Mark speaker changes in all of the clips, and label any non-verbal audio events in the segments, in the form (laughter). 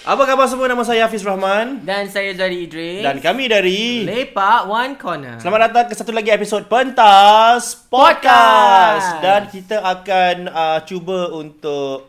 Speaker 1: Apa khabar semua? Nama saya Hafiz Rahman
Speaker 2: Dan saya Zari Idris.
Speaker 1: dan kami dari
Speaker 2: Lepak One Corner.
Speaker 1: Selamat datang ke satu lagi episod Pentas Podcast
Speaker 2: Podcast.
Speaker 1: dan kita akan uh, cuba untuk (coughs)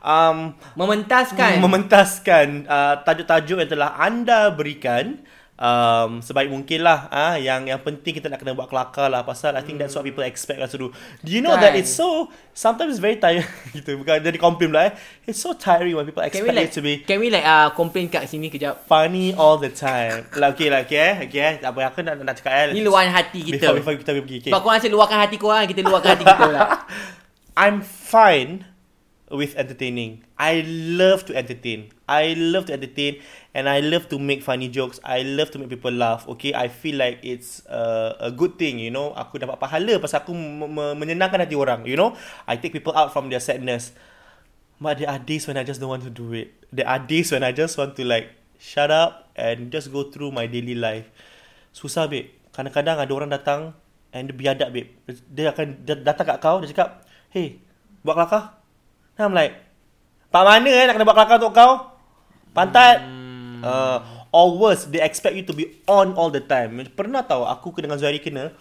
Speaker 1: um,
Speaker 2: Mementaskan.
Speaker 1: mementaskan uh, tajuk-tajuk yang telah anda berikan um, sebaik mungkin lah ah yang yang penting kita nak kena buat kelakar lah pasal I think that's what people expect us to do do you know
Speaker 2: Hmm. Kan.
Speaker 1: that it's so sometimes it's very tiring (laughs) gitu bukan jadi komplain pula eh it's so tiring when people
Speaker 2: can
Speaker 1: expect
Speaker 2: we like
Speaker 1: it to be
Speaker 2: Can we like uh, complain kat sini kejap?
Speaker 1: funny all the time lah okay lah okay eh okay eh tak apa aku nak, nak cakap eh
Speaker 2: Ni luahan hati kita.
Speaker 1: before, before kita pergi okay.
Speaker 2: Sebab korang asyik luahkan hati korang, kita luahkan hati kita
Speaker 1: (laughs)
Speaker 2: pula.
Speaker 1: I'm fine with entertaining. I love to entertain. I love to entertain and I love to make funny jokes. I love to make people laugh. Okay, I feel like it's a, a good thing, you know. Aku dapat pahala pasal aku me- me- menyenangkan hati orang, you know. I take people out from their sadness. But there are days when I just don't want to do it. There are days when I just want to like shut up and just go through my daily life. Susah babe. Kadang-kadang ada orang datang and dia biadab babe. Dia akan dia datang kat kau dia cakap, "Hey, buat kelakar." Then I'm like, "Pak mana eh nak kena buat kelakar untuk kau?" Pantat. Hmm. Uh, or worse, they expect you to be on all the time. Pernah tahu aku dengan Zuhairi kena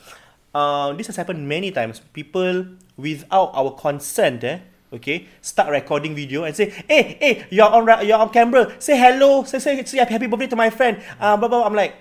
Speaker 1: uh, this has happened many times. People without our consent eh okay start recording video and say eh eh you're on ra- you're on camera say hello say say, say happy birthday to my friend uh, blah, blah, blah. I'm like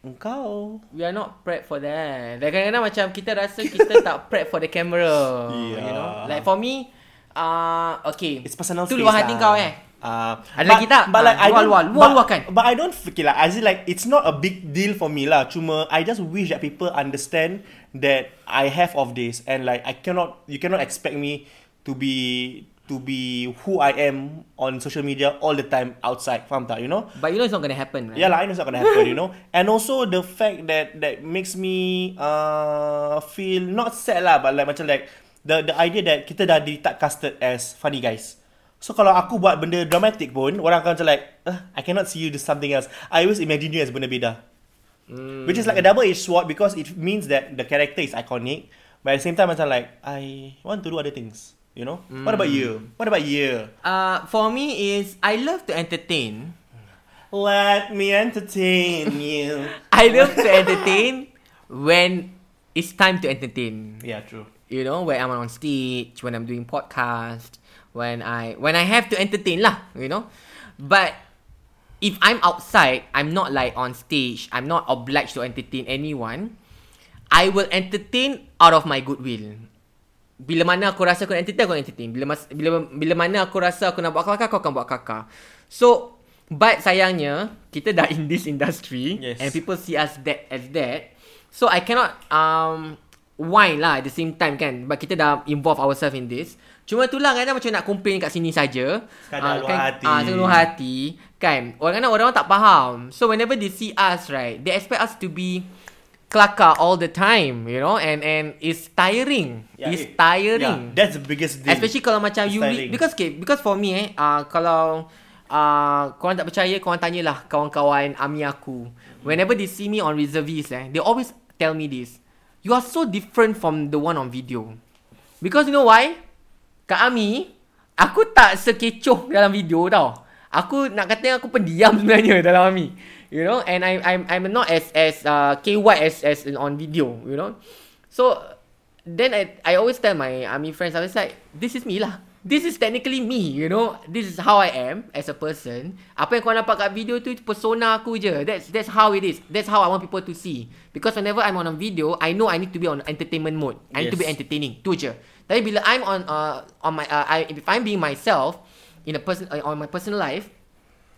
Speaker 1: engkau
Speaker 2: We are not prepped for that. Dan kadang-kadang macam kita rasa kita tak prep for the camera.
Speaker 1: Yeah.
Speaker 2: You know? Like for me, uh, okay.
Speaker 1: It's personal
Speaker 2: Tu
Speaker 1: space
Speaker 2: luah hati
Speaker 1: lah.
Speaker 2: kau eh.
Speaker 1: Uh,
Speaker 2: Ada lagi tak?
Speaker 1: But like, I
Speaker 2: Ah, luar,
Speaker 1: don't-
Speaker 2: luar, luar,
Speaker 1: but-
Speaker 2: luarkan.
Speaker 1: But I don't fikir lah. As in like, it's not a big deal for me lah. Cuma, I just wish that people understand that I have off days and like, I cannot, you cannot expect me to be to be who I am on social media all the time outside. Faham tak? You know?
Speaker 2: But you know it's not gonna happen. Right?
Speaker 1: Yeah, lah, I know it's not gonna happen, you know. And also the fact that that makes me uh feel not sad lah, but like macam like the the idea that kita dah ditypecasted as funny guys. So kalau aku buat benda dramatic pun, orang akan macam like, uh, I cannot see you do something else. I always imagine you as benda beda. Mm. Which is like a double-edged sword because it means that the character is iconic, but at the same time macam like, I want to do other things. You know? Mm. What about you? What about you?
Speaker 2: Uh, for me is, I love to
Speaker 1: (laughs)
Speaker 2: entertain.
Speaker 1: Let me entertain you.
Speaker 2: I love to entertain when it's time to entertain.
Speaker 1: yeah, true.
Speaker 2: You know, when I'm on stage, when I'm doing podcast, when I when I have to entertain lah, you know. But if I'm outside, I'm not like on stage, I'm not obliged to entertain anyone. I will entertain out of my goodwill. Bila mana aku rasa aku nak entertain, aku nak entertain. Bila, mas, bila, bila mana aku rasa aku nak buat kakak, aku akan buat kakak. So, but sayangnya, kita dah in this industry.
Speaker 1: Yes.
Speaker 2: And people see us that as that. So, I cannot um, whine lah at the same time kan. But kita dah involve ourselves in this. Cuma itulah kadang macam nak complain kat sini saja.
Speaker 1: Sekadar
Speaker 2: Ah,
Speaker 1: luar
Speaker 2: kan,
Speaker 1: hati.
Speaker 2: Ah, sekadar luar hati. Kan. Orang kadang orang tak faham. So, whenever they see us, right, they expect us to be kelakar all the time, you know, and and it's tiring.
Speaker 1: Yeah,
Speaker 2: it's
Speaker 1: it- Yeah,
Speaker 2: tiring.
Speaker 1: that's the biggest deal.
Speaker 2: Especially kalau macam
Speaker 1: It's
Speaker 2: you
Speaker 1: tiring.
Speaker 2: read, because okay, because for me eh, uh, kalau uh, korang tak percaya, korang tanyalah kawan-kawan ami aku. Whenever they see me on reservist eh, they always tell me this. You are so different from the one on video. Because you know why? Kat Ami, aku tak sekecoh dalam video tau. Aku nak kata aku pendiam (laughs) sebenarnya dalam Ami. You know, and I I'm I'm not as as uh, KY as as in on video, you know. So then I I always tell my Ami friends, I was like, this is me lah. This is technically me, you know. This is how I am as a person. Apa yang kau nampak kat video tu persona aku je. That's that's how it is. That's how I want people to see. Because whenever I'm on a video, I know I need to be on entertainment mode. I need to be
Speaker 1: Yes.
Speaker 2: entertainment entertaining tu je tapi bila I'm on uh, on my uh, I, if I'm being myself in a person uh, on my personal life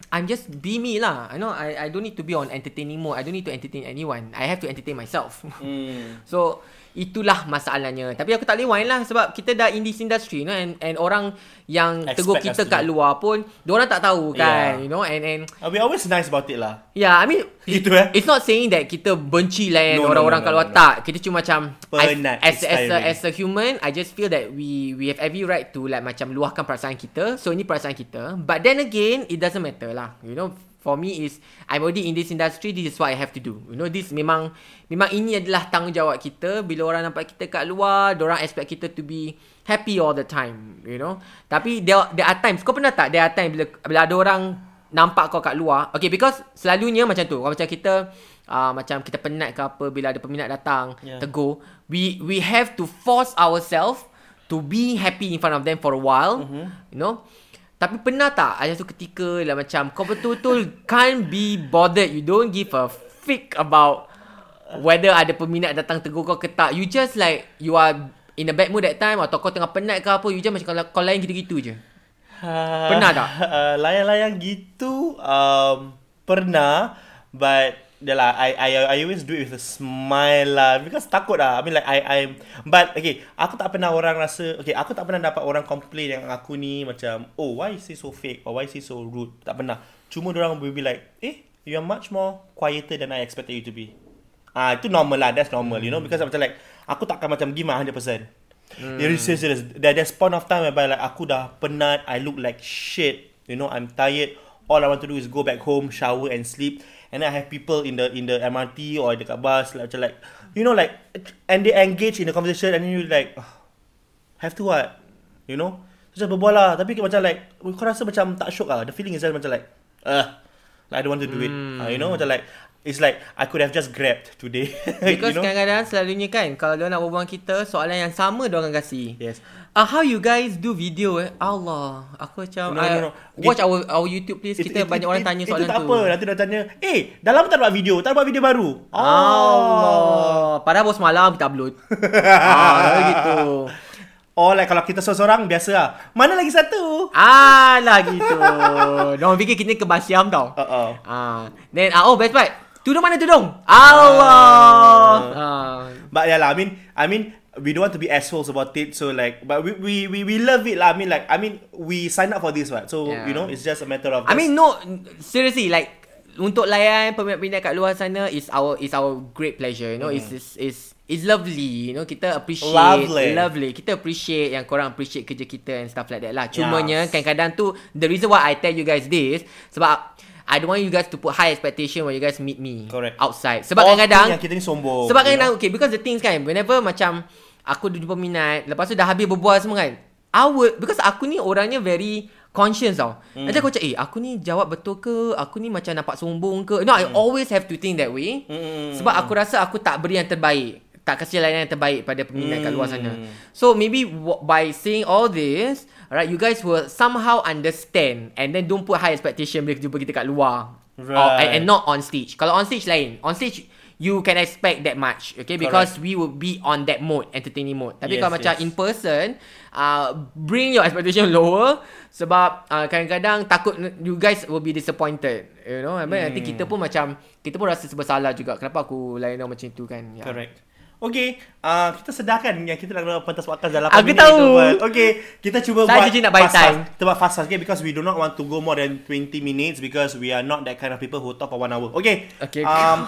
Speaker 2: I'm just be me lah I know I I don't need to be on entertaining mode I don't need to entertain anyone I have to entertain myself (laughs)
Speaker 1: Hmm.
Speaker 2: so itulah masalahnya tapi aku tak boleh whine lah sebab kita dah in this industry you know and and orang yang
Speaker 1: Expect
Speaker 2: tegur
Speaker 1: us
Speaker 2: kita
Speaker 1: to
Speaker 2: kat
Speaker 1: do.
Speaker 2: luar pun orang tak tahu kan
Speaker 1: Yeah.
Speaker 2: you know and and
Speaker 1: Uh, we always nice about it lah.
Speaker 2: Yeah, I mean it-
Speaker 1: Gitu, eh?
Speaker 2: It's not saying that kita benci lah
Speaker 1: No, no,
Speaker 2: no, orang-orang
Speaker 1: no,
Speaker 2: no,
Speaker 1: no, no.
Speaker 2: no, kalau tak. Kita cuma macam
Speaker 1: Penat,
Speaker 2: I, as
Speaker 1: it's
Speaker 2: as a,
Speaker 1: tiring.
Speaker 2: as a human, I just feel that we we have every right to like macam luahkan perasaan kita. So ini perasaan kita. But then again, it doesn't matter lah. You know, For me is I'm already in this industry This is what I have to do You know this memang Memang ini adalah tanggungjawab kita Bila orang nampak kita kat luar Diorang expect kita to be Happy all the time You know Tapi there, there are times Kau pernah tak There are times bila, bila ada orang nampak kau kat luar Okay because selalunya macam tu Kalau macam kita uh, Macam kita penat ke apa Bila ada peminat datang yeah.
Speaker 1: Yeah.
Speaker 2: Tegur We we have to force ourselves To be happy in front of them for a while mm-hmm. You know Tapi pernah tak Ada satu ketika lah macam Kau betul-betul Can't be bothered You don't give a fick about Whether ada peminat datang tegur kau ke tak You just like You are in a bad mood that time Atau kau tengah penat ke apa You just macam kalau kau lain gitu-gitu je Pernah tak?
Speaker 1: (laughs) Uh, layang-layang gitu um, pernah but dah lah I, I I always do it with a smile lah because takut lah I mean like I I'm but okay aku tak pernah orang rasa okay aku tak pernah dapat orang complain yang aku ni macam oh why is he so fake or why is he so rude tak pernah cuma orang will be like eh you are much more quieter than I expected you to be ah itu normal lah that's normal you know because macam like aku takkan macam gimana 100% Mm. It is serious. There, there's point of time whereby like aku dah penat, I look like shit. You know, I'm tired. All I want to do is go back home, shower and sleep. And then I have people in the in the MRT or dekat bus like, macam like you know like and they engage in the conversation and then you like "Ugh, have to what? You know? So, macam berbual lah. Tapi macam like kau rasa macam tak syok lah. The feeling is just macam like uh, like I don't want to do it.
Speaker 2: Hmm.
Speaker 1: Uh, you know? Macam like it's like I could have just grabbed today. (laughs) (laughs)
Speaker 2: Because
Speaker 1: you know?
Speaker 2: kadang-kadang selalunya kan Kalau dia nak berbual dengan kita Soalan yang sama dia orang kasi
Speaker 1: Yes.
Speaker 2: Ah, how you guys do video eh? Allah, aku macam
Speaker 1: No, no,
Speaker 2: I-
Speaker 1: no. It-
Speaker 2: watch our our YouTube please.
Speaker 1: It-
Speaker 2: Kita
Speaker 1: it-
Speaker 2: banyak
Speaker 1: it-
Speaker 2: orang
Speaker 1: it-
Speaker 2: tanya soalan
Speaker 1: Itu tak
Speaker 2: tu.
Speaker 1: apa. Nanti dia tanya, eh, dah lama tak buat video. Tak buat video baru. Oh.
Speaker 2: Allah. Padahal bos malam kita
Speaker 1: (laughs)
Speaker 2: upload. ah, gitu.
Speaker 1: Oh, like kalau kita seorang-seorang, biasa lah. Mana lagi satu?
Speaker 2: Ah, lah gitu. Diorang fikir kita kebasiam tau.
Speaker 1: Uh-oh.
Speaker 2: Ah, then ah, oh best part. Tudung mana tudung?
Speaker 1: Ah.
Speaker 2: Allah. Ah.
Speaker 1: But yeah lah, I mean, I mean, we don't want to be assholes about it. So like, but we we we, we love it lah. I mean like, I mean, we sign up for this one. So,
Speaker 2: Yeah.
Speaker 1: you know, it's just a matter of
Speaker 2: I mean no seriously like untuk layan peminat-peminat kat luar sana is our is our great pleasure you know mm. is is is lovely you know kita appreciate
Speaker 1: Mm-hmm. Lovely.
Speaker 2: lovely kita appreciate yang korang appreciate kerja kita and stuff like that lah cumanya
Speaker 1: Yes.
Speaker 2: kadang-kadang tu the reason why I tell you guys this sebab I don't want you guys to put high expectation when you guys meet me
Speaker 1: Correct.
Speaker 2: outside sebab
Speaker 1: often
Speaker 2: kadang-kadang
Speaker 1: yang kita ni sombong.
Speaker 2: sebab
Speaker 1: you
Speaker 2: kan
Speaker 1: know?
Speaker 2: okay because the things kan whenever macam aku dah jumpa minat lepas tu dah habis berbual semua kan I would because aku ni orangnya very conscious tau. Mm. Nanti aku macam eh aku ni jawab betul ke? Aku ni macam nampak sombong ke? No, mm. I always have to think that way. Mm. Sebab aku rasa aku tak beri yang terbaik. Tak kasih layanan yang terbaik pada peminat mm. kat luar sana. So maybe w- by saying all this, alright you guys will somehow understand and then don't put high expectation bila jumpa kita kat luar. Right. Or, and,
Speaker 1: Right.
Speaker 2: and not on stage. Kalau on stage lain. On stage you can expect that much. Okay because we will be on that mode, entertaining mode. Tapi yes,
Speaker 1: Yes,
Speaker 2: kalau macam
Speaker 1: yes.
Speaker 2: in person, uh, bring your expectation (laughs) lower sebab uh, kadang-kadang takut you guys will be disappointed. You know, I mean, hmm. nanti kita pun macam kita pun rasa bersalah juga. Kenapa aku layan orang macam tu kan? Ya.
Speaker 1: Correct. Okay, uh, kita sedarkan yang kita nak buat pentas podcast dalam
Speaker 2: Aku tahu.
Speaker 1: Okay, kita cuba
Speaker 2: Saya
Speaker 1: buat
Speaker 2: jujur nak buy
Speaker 1: fast-fast.
Speaker 2: time.
Speaker 1: Kita buat fast fast okay, because we do not want to go more than 20 minutes because we are not that kind of people who talk for one hour. Okay.
Speaker 2: Okay.
Speaker 1: Um,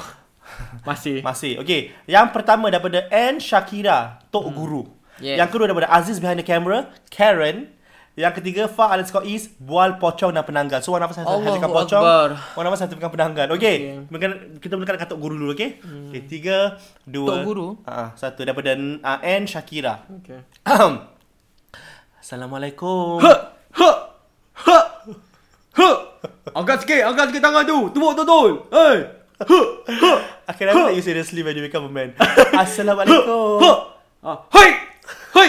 Speaker 2: Masih.
Speaker 1: masih. Okay. Yang pertama daripada Anne Shakira, Tok hmm. Guru.
Speaker 2: Yes.
Speaker 1: Yang kedua daripada Aziz behind the camera, Karen. Yang ketiga Far underscore is Bual Pocong dan Penanggal So one of us has
Speaker 2: Allahu
Speaker 1: has tekan pocong
Speaker 2: Akbar.
Speaker 1: One of us has tekan penanggal Okay, Mungkin Kita mulakan dekat Tok Guru dulu okay hmm. Okay tiga Dua
Speaker 2: Tok Guru?
Speaker 1: uh, Satu daripada uh, Anne Shakira
Speaker 2: Okay.
Speaker 1: Assalamualaikum
Speaker 2: Ha! Ha! Ha! Angkat sikit, angkat sikit tangan tu. Tubuk betul. Hey. Ha! Ha!
Speaker 1: I can never take you seriously when you become a man. Assalamualaikum.
Speaker 2: Ah, hai! Hai!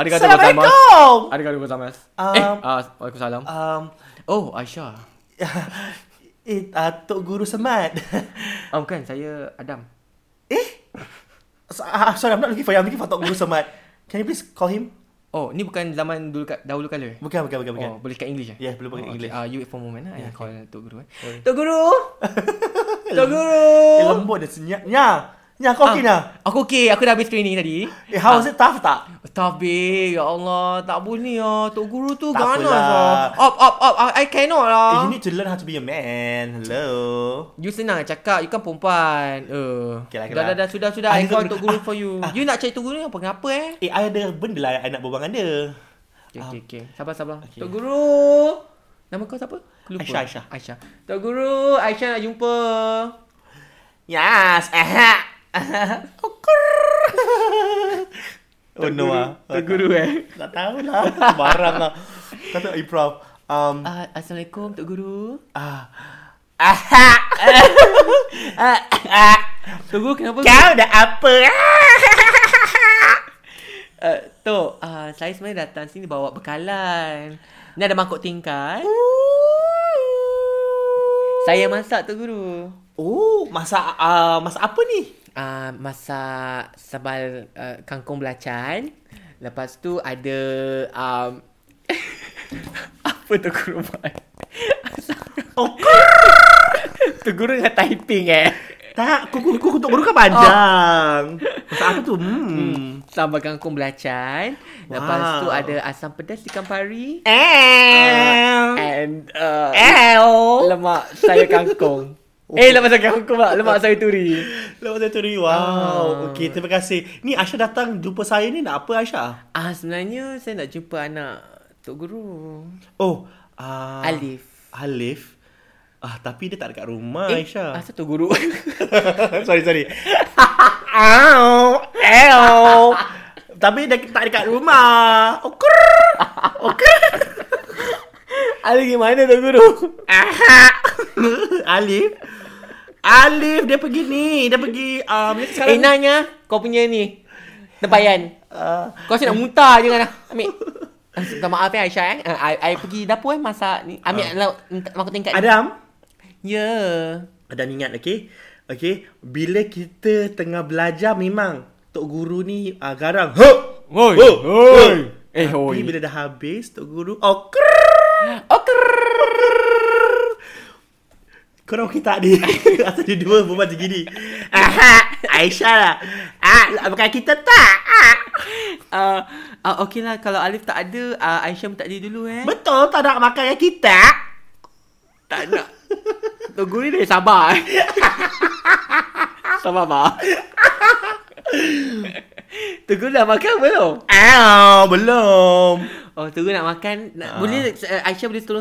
Speaker 2: Hari kata bersama.
Speaker 1: Assalamualaikum.
Speaker 2: Hari kata bersama.
Speaker 1: Um,
Speaker 2: eh, ah, Waalaikumsalam.
Speaker 1: Um,
Speaker 2: Oh, Aisyah.
Speaker 1: (laughs) it, uh, Tok Guru Semat. (laughs)
Speaker 2: Ah, bukan, saya Adam.
Speaker 1: eh? So, uh, sorry, I'm not looking for you. I'm looking for Tok Guru Semat. Can you please call him?
Speaker 2: Oh, ni bukan zaman dulu ka- dahulu kala.
Speaker 1: Bukan, bukan, bukan, bukan.
Speaker 2: Oh, boleh kat English eh?
Speaker 1: Yes, boleh pakai English. Ya,
Speaker 2: Okay. Uh, you wait for a moment. Yeah, I call Tok Guru. Eh. Tok
Speaker 1: (laughs)
Speaker 2: Guru! Tok Guru!
Speaker 1: Eh, lembut dia senyap. Nya. Nya, kau
Speaker 2: Ah.
Speaker 1: okay, Nya?
Speaker 2: Aku okey. Aku dah habis training tadi.
Speaker 1: Eh, how is it? Tough tak?
Speaker 2: Tapi, ya Allah, tak boleh lah. Tok Guru tu
Speaker 1: Tak
Speaker 2: ganas
Speaker 1: apalah.
Speaker 2: lah. Up, up, up. I, I cannot lah.
Speaker 1: Eh, you need to learn how to be a man. Hello.
Speaker 2: You senang nak cakap You kan perempuan uh.
Speaker 1: Okay lah, okay
Speaker 2: dah, dah,
Speaker 1: lah.
Speaker 2: dah, Sudah sudah
Speaker 1: Ah, ni
Speaker 2: I call
Speaker 1: Tok
Speaker 2: Tok
Speaker 1: Guru.
Speaker 2: Guru for you You nak cari Tok Guru ni apa Kenapa eh
Speaker 1: Eh, I ada benda lah yang I nak berbual dengan dia.
Speaker 2: Okay
Speaker 1: Um,
Speaker 2: okay, okay. Sabar sabar
Speaker 1: okay.
Speaker 2: Tok Guru Nama kau siapa Lupa.
Speaker 1: Aisyah, Aisyah.
Speaker 2: Aisyah. Tok Guru, Aisyah nak
Speaker 1: (laughs)
Speaker 2: jumpa.
Speaker 1: Yes. Aha. oh
Speaker 2: (laughs) Tok
Speaker 1: no
Speaker 2: Guru-
Speaker 1: ah.
Speaker 2: Tok Guru eh.
Speaker 1: Tak tahu lah. (laughs) Barang lah. Kata improv. Um,
Speaker 2: Uh, Assalamualaikum Tok Guru.
Speaker 1: ah. Aha.
Speaker 2: Tok Guru kenapa?
Speaker 1: Ah, Kau dah apa? ah?
Speaker 2: Uh, Tok, uh, saya sebenarnya datang sini bawa bekalan. Ni ada mangkuk tingkat. Saya masak Tok Guru.
Speaker 1: Oh, masa uh, masa apa ni?
Speaker 2: uh, masak sambal uh, kangkung belacan. Lepas tu ada um, (laughs) apa tu guru (laughs) buat?
Speaker 1: Oh,
Speaker 2: tu guru dengan typing eh.
Speaker 1: tak. Kuku kuku untuk guru kan padang. Masa apa tu? Oh. Hmm.
Speaker 2: Sambal kangkung belacan. Lepas tu
Speaker 1: Wow.
Speaker 2: ada asam pedas ikan pari.
Speaker 1: Eh.
Speaker 2: And uh,
Speaker 1: L.
Speaker 2: lemak sayur kangkung. (laughs) Eh, lemak sayur kangkung pula. Lemak sayur turi.
Speaker 1: Lewat saya turi. Wow. Okey, terima kasih. Ni Aisyah datang jumpa saya ni nak apa Aisyah?
Speaker 2: Ah, sebenarnya saya nak jumpa anak Tok Guru.
Speaker 1: Oh, uh,
Speaker 2: Alif.
Speaker 1: Alif. Ah, tapi dia tak dekat rumah
Speaker 2: Eh,
Speaker 1: Aisyah.
Speaker 2: asal Tok Guru?
Speaker 1: (laughs) sorry, (laughs) sorry. Ow, ow. tapi dia tak dekat rumah. Oh, Okur. Okur.
Speaker 2: (laughs) Ada gimana Tok Guru?
Speaker 1: Aha. (laughs) Alif. Alif dia pergi ni, dia pergi um, dia
Speaker 2: Eh
Speaker 1: sekarang
Speaker 2: Nanya, kau punya ni tempayan.
Speaker 1: Ah,
Speaker 2: Kau asyik nak muntah je kan. Ambil. Ah, Minta maaf ya Aisyah eh. Ah, I, I pergi dapur eh masak ni. Ambil uh. lauk ent- makan tingkat. ni.
Speaker 1: Adam,
Speaker 2: Ya.
Speaker 1: Adam ingat okey. Okey, bila kita tengah belajar memang tok guru ni uh, garang. Ho!
Speaker 2: Hoi,
Speaker 1: Ho!
Speaker 2: hoi.
Speaker 1: Eh,
Speaker 2: Eh,
Speaker 1: hoi.
Speaker 2: hoi.
Speaker 1: Tapi bila dah habis tok guru oh krrrr.
Speaker 2: Okey.
Speaker 1: Korang okey tak ni? Asal dia (laughs) dua berbual macam gini. Aha, Aisyah lah. Ah, bukan kita tak. Ah.
Speaker 2: Uh, uh, Okey lah kalau Alif tak ada, uh, Aisyah minta dia dulu eh.
Speaker 1: Betul tak nak makan dengan kita?
Speaker 2: tak nak. Tok Guru ni dia sabar eh. sabar ba. Tok Guru dah makan belum?
Speaker 1: Ow, belum.
Speaker 2: Oh, Tok Guru nak makan.
Speaker 1: Ah.
Speaker 2: Nak, Boleh uh, Aisyah boleh tolong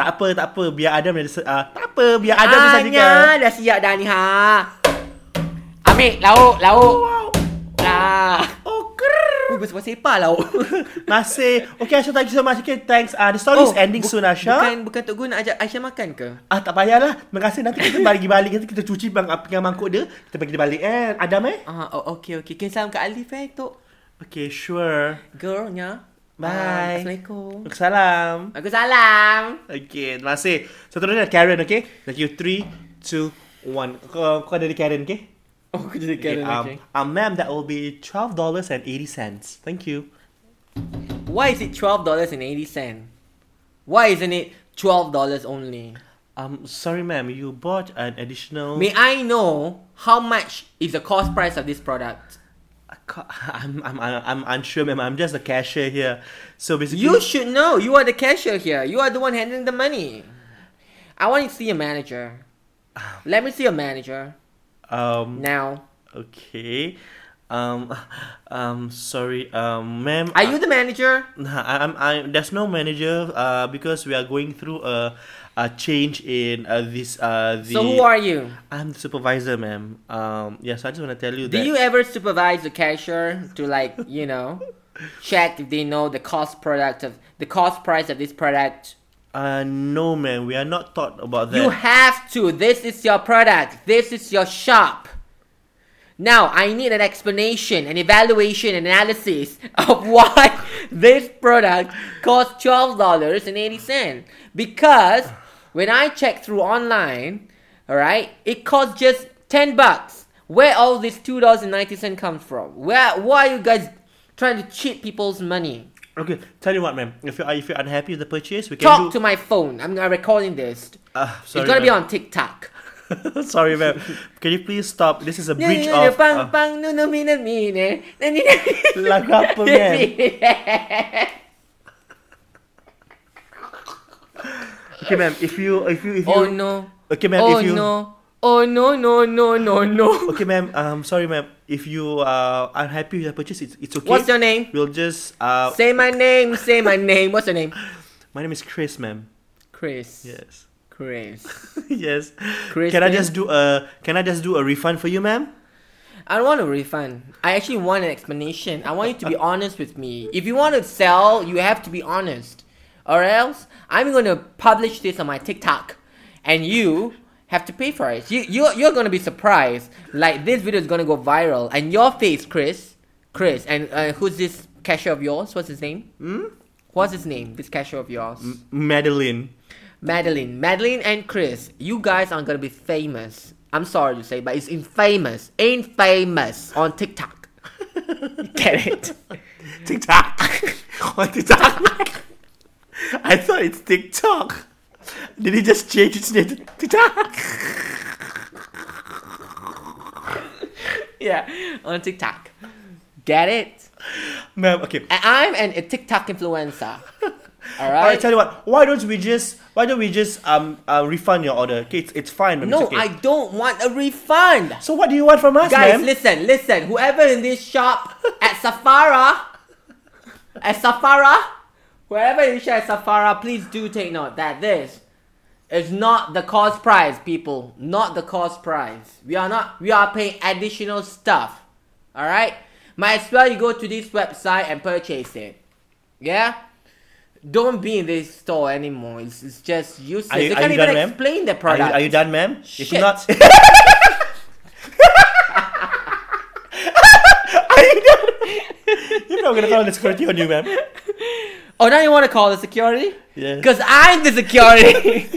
Speaker 1: Eh, Tak apa, tak apa. Biar Adam ada uh, tak apa, biar Adam
Speaker 2: Ada
Speaker 1: dia sajikan.
Speaker 2: dah siap dah ni ha. Ambil lauk, lauk.
Speaker 1: Wow.
Speaker 2: Lah.
Speaker 1: Oh, krrrr.
Speaker 2: Ui, bersepah-sepah (laughs) lauk.
Speaker 1: Masih. Okay, Aisyah, thank you so much. Okay, thanks. Uh, the story oh, is ending
Speaker 2: bu-
Speaker 1: soon, Aisyah.
Speaker 2: Bukan, bukan Tok Gun nak ajak Aisyah makan ke?
Speaker 1: Ah, tak payahlah. Terima kasih. Nanti kita bagi balik. Nanti kita cuci bang, pinggan mangkuk dia. Kita bagi dia balik. Eh, Adam eh?
Speaker 2: Ah, oh, okay, okay. Kena salam kat Alif eh, Tok.
Speaker 1: Okay, sure.
Speaker 2: Girlnya.
Speaker 1: Bye.
Speaker 2: Ah, Assalamualaikum.
Speaker 1: Salam.
Speaker 2: Aku salam.
Speaker 1: Okay, terima kasih. Seterusnya Karen, okay? Thank you. Three, two, one. Kau, kau dari Karen, okay?
Speaker 2: Oh, aku jadi
Speaker 1: Okay, um, um, ma'am, that will be $12.80. Thank you.
Speaker 2: Why is it $12.80? Why isn't it $12 only?
Speaker 1: Um, sorry, ma'am. You bought an additional...
Speaker 2: May I know how much is the cost price of this product?
Speaker 1: I ca- (laughs) I'm, I'm, I'm unsure, ma'am. I'm just a cashier here. So basically...
Speaker 2: You should know. You are the cashier here. You are the one handling the money. I want to see a manager. Let me see a manager
Speaker 1: Um,
Speaker 2: now.
Speaker 1: okay. Um, (laughs) um, sorry, um, ma'am.
Speaker 2: Are you the manager?
Speaker 1: Nah, I, I'm. I. There's no manager. Uh, because we are going through a, a change in uh, this. Uh, the.
Speaker 2: So who are you?
Speaker 1: I'm the supervisor, ma'am. Um, yeah. So I just want to tell you
Speaker 2: Do
Speaker 1: that.
Speaker 2: you ever supervise the cashier to like you know check if they know the cost product of the cost price of this product?
Speaker 1: Uh, no, ma'am. We are not taught about that.
Speaker 2: You have to. This is your product. This is your shop. Now, I need an explanation, an evaluation, an analysis of (laughs) why this product costs $12.80. Because when I check through online, all right, it costs just 10 bucks. Where all this $2.90 comes from? Where why are you guys trying to cheat people's money?
Speaker 1: okay. Tell you what, ma'am. If you are if you're unhappy with the purchase, we can
Speaker 2: Talk
Speaker 1: do.
Speaker 2: to my phone. I'm I'm recording this.
Speaker 1: uh, sorry,
Speaker 2: it's going to be
Speaker 1: ma'am.
Speaker 2: on TikTok.
Speaker 1: (laughs) sorry, ma'am. Can you please stop? This is a
Speaker 2: Breach
Speaker 1: breach
Speaker 2: of
Speaker 1: of.
Speaker 2: pang
Speaker 1: uh,
Speaker 2: pang nu nu mi na mi ne na ni (laughs)
Speaker 1: Lagu apa, ma'am? Okay, ma'am. If you if you if you.
Speaker 2: Oh no.
Speaker 1: Okay, ma'am.
Speaker 2: Oh
Speaker 1: if you,
Speaker 2: no. Oh no no no no no.
Speaker 1: Okay, ma'am. Um, sorry, ma'am. If you are unhappy with your purchase, it's, it's okay.
Speaker 2: What's your name?
Speaker 1: We'll just. Uh,
Speaker 2: Say my name. Say my name. What's your name?
Speaker 1: my name is Chris, ma'am.
Speaker 2: Chris.
Speaker 1: Yes. (laughs)
Speaker 2: Chris.
Speaker 1: yes.
Speaker 2: Chris.
Speaker 1: Can I just do a Can I just do a refund for you, ma'am?
Speaker 2: I don't want a refund. I actually want an explanation. I want you to be honest with me. If you want to sell, you have to be honest. Or else, I'm going to publish this on my TikTok. And you have to pay for it. You, you, you're going to be surprised. Like, this video is going to go viral. And your face, Chris. Chris. And uh, who's this cashier of yours? What's his name? Hmm? What's his name? This cashier of yours?
Speaker 1: Madeline.
Speaker 2: Madeline, Madeline and Chris, you guys aren't gonna be famous. I'm sorry to say, but it's infamous, infamous on (laughs) TikTok. Get it?
Speaker 1: TikTok. (laughs) On TikTok. (laughs) I thought it's TikTok. Did he just change its name to TikTok? (laughs)
Speaker 2: Yeah, on TikTok. Get it?
Speaker 1: Ma'am, okay.
Speaker 2: And I'm an, a TikTok influencer. All
Speaker 1: I
Speaker 2: right.
Speaker 1: tell you what. Why don't we just Why don't we just um uh, refund your order? Okay, it's, it's fine. Ma'am.
Speaker 2: no,
Speaker 1: it's okay.
Speaker 2: I don't want a refund.
Speaker 1: So what do you want from us,
Speaker 2: Guys,
Speaker 1: ma'am?
Speaker 2: listen, listen. Whoever in this shop at Safara, at Safara, whoever in this shop at Safara, please do take note that this is not the cost price, people. Not the cost price. We are not. We are paying additional stuff. All right. Might as well you go to this website and purchase it. Yeah. Don't be in this store anymore. It's, it's just useless.
Speaker 1: Are you-
Speaker 2: they
Speaker 1: are
Speaker 2: can't
Speaker 1: you
Speaker 2: even
Speaker 1: done, ma'am?
Speaker 2: explain the
Speaker 1: Are you,
Speaker 2: product.
Speaker 1: are you done, ma'am?
Speaker 2: Shit.
Speaker 1: If not, (laughs) are you done? You're not gonna call the security on you, ma'am.
Speaker 2: Oh, now you want to call the security?
Speaker 1: Yes.
Speaker 2: Because I'm the security.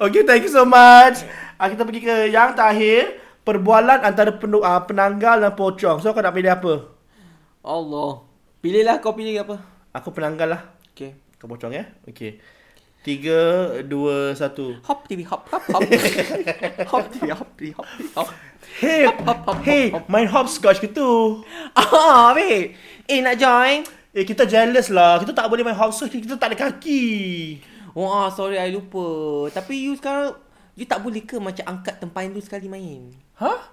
Speaker 1: Okay, thank you so much. Uh, kita pergi ke yang terakhir perbualan antara penu, uh, penanggal dan pocong. So kau nak pilih apa?
Speaker 2: (laughs) Allah. Pilihlah kau pilih apa.
Speaker 1: Aku penanggal lah.
Speaker 2: Okay.
Speaker 1: Kau pocong ya? Okay. Tiga, dua, satu.
Speaker 2: Hop TV hop hop (laughs) hop. hop TV hop TV hop TV hop.
Speaker 1: Hey,
Speaker 2: hop, hop,
Speaker 1: hey, main hopscotch ke tu?
Speaker 2: Oh, wait. Eh, nak join?
Speaker 1: Eh, kita jealous lah. Kita tak boleh main hopscotch. Kita tak ada kaki.
Speaker 2: Wah, sorry, I lupa. Tapi you sekarang, you tak boleh ke macam angkat tempayan tu sekali main?
Speaker 1: Hah?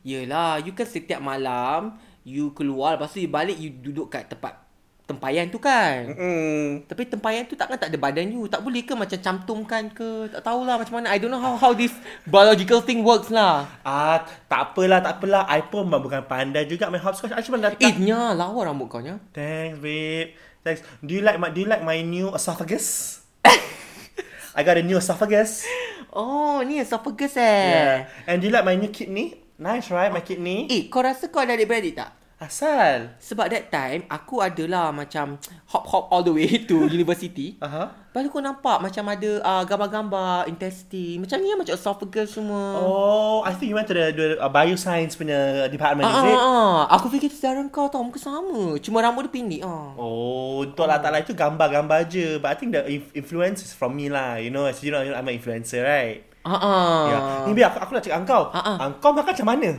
Speaker 2: Yelah, you kan setiap malam, you keluar, lepas tu you balik, you duduk kat tempat tempayan tu kan?
Speaker 1: Hmm.
Speaker 2: Tapi tempayan tu takkan tak ada badan you. Tak boleh ke macam cantumkan ke? Tak tahulah macam mana. I don't know how how this biological thing works lah.
Speaker 1: Ah, tak apalah, tak apalah. I pun memang bukan pandai juga main hopscotch. I cuma dah
Speaker 2: Eh, nya, lawa rambut kau nya.
Speaker 1: Thanks, babe. Thanks. Do you like my Do you like my new
Speaker 2: (laughs)
Speaker 1: esophagus? I got a new esophagus.
Speaker 2: Oh, ni esophagus eh.
Speaker 1: And do you like my new kidney? Nice, right? My
Speaker 2: Yeah.
Speaker 1: kidney.
Speaker 2: Eh, kau rasa kau ada adik-beradik tak?
Speaker 1: Asal.
Speaker 2: Sebab that time, aku adalah macam hop-hop all the way (laughs) to university.
Speaker 1: Aha. Uh-huh.
Speaker 2: Lepas tu kau nampak macam ada uh, gambar-gambar intestine. Macam ni lah, macam esophagus semua.
Speaker 1: Oh, I think you went to the, the uh, bioscience punya department,
Speaker 2: Ah,
Speaker 1: is
Speaker 2: ah,
Speaker 1: it?
Speaker 2: ah. Aku fikir saudara kau tau, muka sama. Cuma rambut dia pendek. Ah.
Speaker 1: Oh, betul lah. Tak lah. Itu gambar-gambar je. But I think the inf- influence is from me lah. You know, as you know, I'm an influencer, right?
Speaker 2: Ah, ah.
Speaker 1: Ya. Ni biar aku, aku nak cakap engkau.
Speaker 2: Ah, ah.
Speaker 1: Engkau makan macam mana?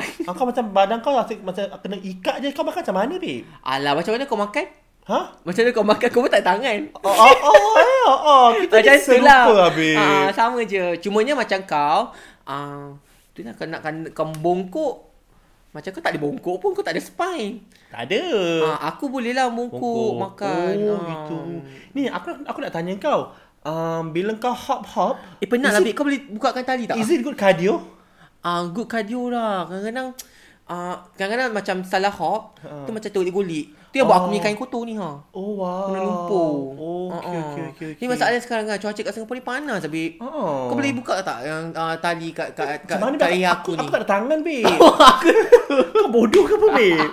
Speaker 1: engkau macam badan kau rasa macam kena ikat je. Kau makan macam mana, babe?
Speaker 2: Alah, macam mana kau makan?
Speaker 1: Ha?
Speaker 2: Macam mana kau makan? Kau pun tak tangan.
Speaker 1: Oh, oh, (laughs) oh, eh, oh, oh. Kita
Speaker 2: Macam
Speaker 1: macam
Speaker 2: tu lah.
Speaker 1: serupa habis.
Speaker 2: Ah, sama je. Cumanya macam kau, ah, tu lah kau nak kan- kau bongkok. Macam kau tak ada bongkok pun, kau tak ada spine.
Speaker 1: Tak ada.
Speaker 2: Ah, aku boleh lah bongkok,
Speaker 1: Bongkok.
Speaker 2: makan.
Speaker 1: Oh,
Speaker 2: Ah.
Speaker 1: gitu. Ni, aku aku nak tanya kau. Um, bila kau hop-hop,
Speaker 2: Eh,
Speaker 1: is
Speaker 2: penat lah,
Speaker 1: it-
Speaker 2: Bik. Kau boleh bukakan tali tak?
Speaker 1: Is it good cardio?
Speaker 2: Ah, good cardio lah. Kadang-kadang, ah, kadang-kadang macam salah hop, tu macam tergulik-gulik. Tu yang buat aku
Speaker 1: Ah. Oh.
Speaker 2: punya kain kotor ni, ha.
Speaker 1: Oh, wow.
Speaker 2: Kena lumpur.
Speaker 1: Oh, okay,
Speaker 2: Ah, ah.
Speaker 1: okay, okay, okay.
Speaker 2: Ni masalah sekarang kan, cuaca kat Singapura ni panas, Habib.
Speaker 1: Oh.
Speaker 2: Kau boleh buka tak yang uh, tali kat kat kat
Speaker 1: Macam mana babe?
Speaker 2: tali aku,
Speaker 1: aku,
Speaker 2: ni? Oh,
Speaker 1: Aku tak ada tangan,
Speaker 2: (laughs)
Speaker 1: babe. (laughs) Kau bodoh ke apa, babe?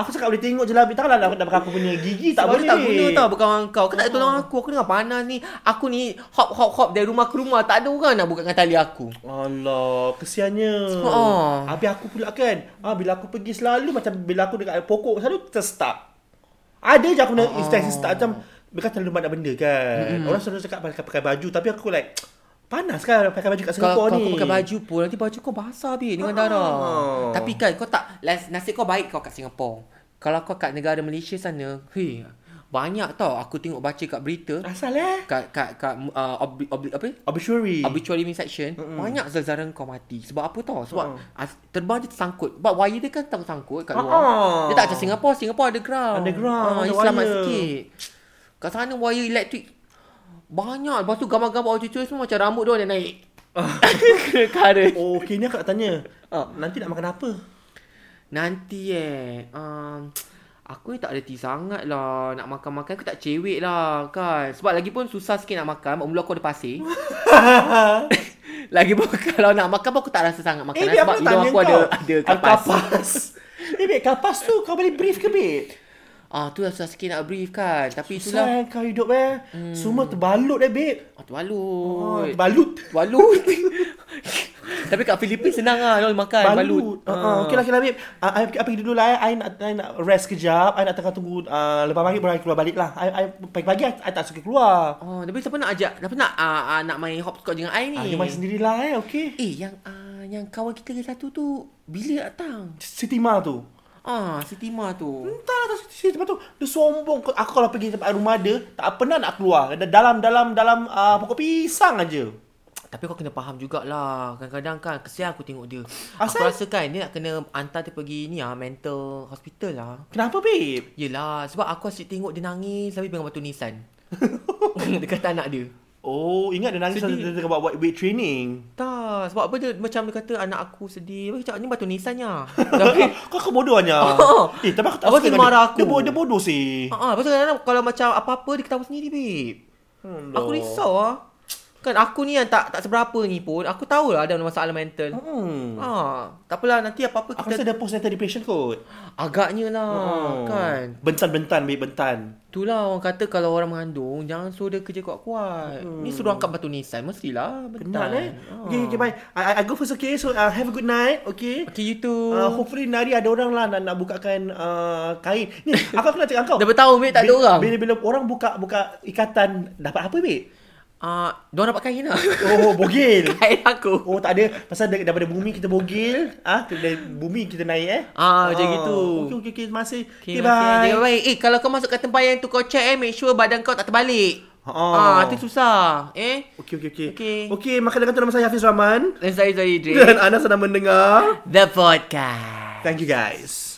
Speaker 1: Aku cakap boleh tengok je lah, babe. Takkanlah nak nak pakai aku punya gigi. Tak boleh, Oh.
Speaker 2: tak boleh tak guna
Speaker 1: babe.
Speaker 2: tau berkawan kau. Kau tak ada tolong aku. Aku tengah panas ni. Aku ni hop hop hop dari rumah ke rumah. Tak ada orang nak bukakan tali aku.
Speaker 1: Alah, kesiannya.
Speaker 2: Oh.
Speaker 1: Habis aku pula kan. Ah, bila aku pergi selalu macam bila aku dekat pokok selalu terstuck. Ada je aku nak oh. instansi stuck macam mereka terlalu banyak benda kan. Mm. Orang selalu cakap pakai, pakai baju tapi aku like panas kan pakai baju kat
Speaker 2: Kau,
Speaker 1: Singapore
Speaker 2: kau,
Speaker 1: ni.
Speaker 2: kau pakai baju pun nanti baju kau basah be dengan darah.
Speaker 1: Ah.
Speaker 2: Tapi kan kau tak nas- nasib kau baik kau kat Singapore. Kalau kau kat negara Malaysia sana, hei banyak tau aku tengok baca kat berita
Speaker 1: Asal eh?
Speaker 2: kat kat kat uh, obli, obli, apa ni?
Speaker 1: Obituary.
Speaker 2: obituary punya section mm-hmm. banyak zara-zara kau mati sebab apa tau sebab uh-huh. terbang dia tersangkut sebab wire dia kan tersangkut kat luar
Speaker 1: Ah.
Speaker 2: dia tak macam Singapore Singapore underground
Speaker 1: Underground,
Speaker 2: ah,
Speaker 1: ada
Speaker 2: you selamat
Speaker 1: wire.
Speaker 2: sikit kat sana wire elektrik Banyak. Lepas tu gambar-gambar orang cucu semua macam rambut dia orang yang naik.
Speaker 1: Ah. (laughs)
Speaker 2: Kena kara.
Speaker 1: Oh, okay, ni aku nak tanya.
Speaker 2: Ah.
Speaker 1: Nanti nak makan
Speaker 2: (laughs)
Speaker 1: apa?
Speaker 2: Nanti eh. Um, aku ni tak reti sangat lah. Nak makan-makan aku tak cewek lah kan. Sebab lagi pun susah sikit nak makan. Sebab mula aku ada pasir. (laughs) lagi pun kalau nak makan pun aku tak rasa sangat makan.
Speaker 1: Eh, Bik,
Speaker 2: sebab
Speaker 1: aku nak
Speaker 2: hidung
Speaker 1: tanya
Speaker 2: aku
Speaker 1: kau.
Speaker 2: ada, ada kapas. (laughs)
Speaker 1: kapas. eh, Bik, kapas tu kau boleh brief ke, Bik?
Speaker 2: Ah, tu lah susah sikit nak brief kan. Tapi itulah.
Speaker 1: Susah
Speaker 2: Hmm.
Speaker 1: eh, kau hidup eh. Semua terbalut eh, Bik.
Speaker 2: Ah,
Speaker 1: Oh,
Speaker 2: terbalut.
Speaker 1: terbalut.
Speaker 2: Balut. (laughs) Tapi kat Filipin senang lah Nol makan balut. Ah.
Speaker 1: Balut. Uh, uh. Okay lah, okay lah, babe. Uh, I, I pergi dulu lah. I, I, nak, I nak rest kejap. I nak tengah tunggu uh, lepas maghrib baru I keluar balik lah. I, I, pagi-pagi I, I tak suka keluar.
Speaker 2: Oh, tapi siapa nak ajak? Siapa nak uh, uh, nak main hopscotch dengan I ni?
Speaker 1: Ah, you main sendirilah eh, okay?
Speaker 2: eh, yang uh, yang kawan kita lagi satu tu bila datang?
Speaker 1: Siti Ma tu.
Speaker 2: Ah, si Tima tu.
Speaker 1: Entahlah tak Siti Ma tu. Dia sombong. Aku kalau pergi tempat rumah dia, tak pernah nak keluar. Dia Dalam-dalam dalam uh, pokok pisang aja.
Speaker 2: Tapi kau kena faham jugalah. Kadang-kadang kan kesian aku tengok dia.
Speaker 1: Asal?
Speaker 2: Aku rasa kan dia nak kena hantar dia pergi ni ah mental hospital lah.
Speaker 1: Kenapa, babe?
Speaker 2: Yelah, sebab aku asyik tengok dia nangis sambil pegang batu (laughs) nisan. Dekat anak dia.
Speaker 1: Oh, ingat dia nangis
Speaker 2: Sedih.
Speaker 1: Sedih. dia tengah buat buat weight training.
Speaker 2: Tak, sebab apa dia macam dia kata anak aku sedih. Dia cakap ni batu ya?" (laughs) nisannya. Tapi
Speaker 1: (laughs) Kau kebodohannya.
Speaker 2: Oh.
Speaker 1: Eh, tapi aku tak
Speaker 2: Abang
Speaker 1: suka
Speaker 2: sini
Speaker 1: dengan
Speaker 2: marah
Speaker 1: dia. Dia,
Speaker 2: aku.
Speaker 1: bo- dia bodoh sih.
Speaker 2: Ha ah, betul kadang kalau macam apa-apa dia ketawa sendiri babe.
Speaker 1: Aduh.
Speaker 2: Aku risau ah. Kan aku ni yang tak tak seberapa ni pun, aku tahu lah ada masalah mental.
Speaker 1: Hmm.
Speaker 2: Ha, tak apalah nanti apa-apa
Speaker 1: Aku
Speaker 2: kita
Speaker 1: rasa dia postnatal depression kot.
Speaker 2: agaknya lah
Speaker 1: Oh.
Speaker 2: kan.
Speaker 1: Bentan-bentan, babe, bentan.
Speaker 2: Itulah orang kata kalau orang mengandung jangan suruh dia kerja kuat-kuat. Ni suruh angkat batu nisan mestilah Ha.
Speaker 1: Penat
Speaker 2: bentar.
Speaker 1: eh. Okay,
Speaker 2: Ah.
Speaker 1: okay, bye. I, I- I go first, okay? So, uh, have a good night, okay?
Speaker 2: Okay, you too.
Speaker 1: Uh, hopefully nari ada orang lah nak, nak bukakan uh, kain.
Speaker 2: (laughs)
Speaker 1: Ni, aku, aku nak cakap kau.
Speaker 2: Dah bertahun babe tak ada
Speaker 1: Bila-
Speaker 2: orang.
Speaker 1: Bila-bila orang buka buka ikatan, dapat apa, babe?
Speaker 2: Ah, dia dapat kain (laughs) lah.
Speaker 1: Oh, (laughs) bogil.
Speaker 2: kain aku.
Speaker 1: Oh, tak ada. Pasal dari- daripada bumi kita bogil. Ah, dari bumi kita naik eh.
Speaker 2: Ah, macam gitu.
Speaker 1: Okay, okay, okay. Terima kasih. Okay,
Speaker 2: Okay, okay,
Speaker 1: bye.
Speaker 2: Jaga baik. Eh, kalau kau masuk kat tempat yang tu kau check eh, make sure badan kau tak terbalik.
Speaker 1: Oh.
Speaker 2: Ah, tu susah. Eh?
Speaker 1: Okay, okay, okay.
Speaker 2: Okay.
Speaker 1: Okay, maka dengan tu nama saya Hafiz Rahman. (laughs)
Speaker 2: Dan saya Zahidri.
Speaker 1: Dan anda sedang mendengar.
Speaker 2: The Podcast.
Speaker 1: Thank you guys.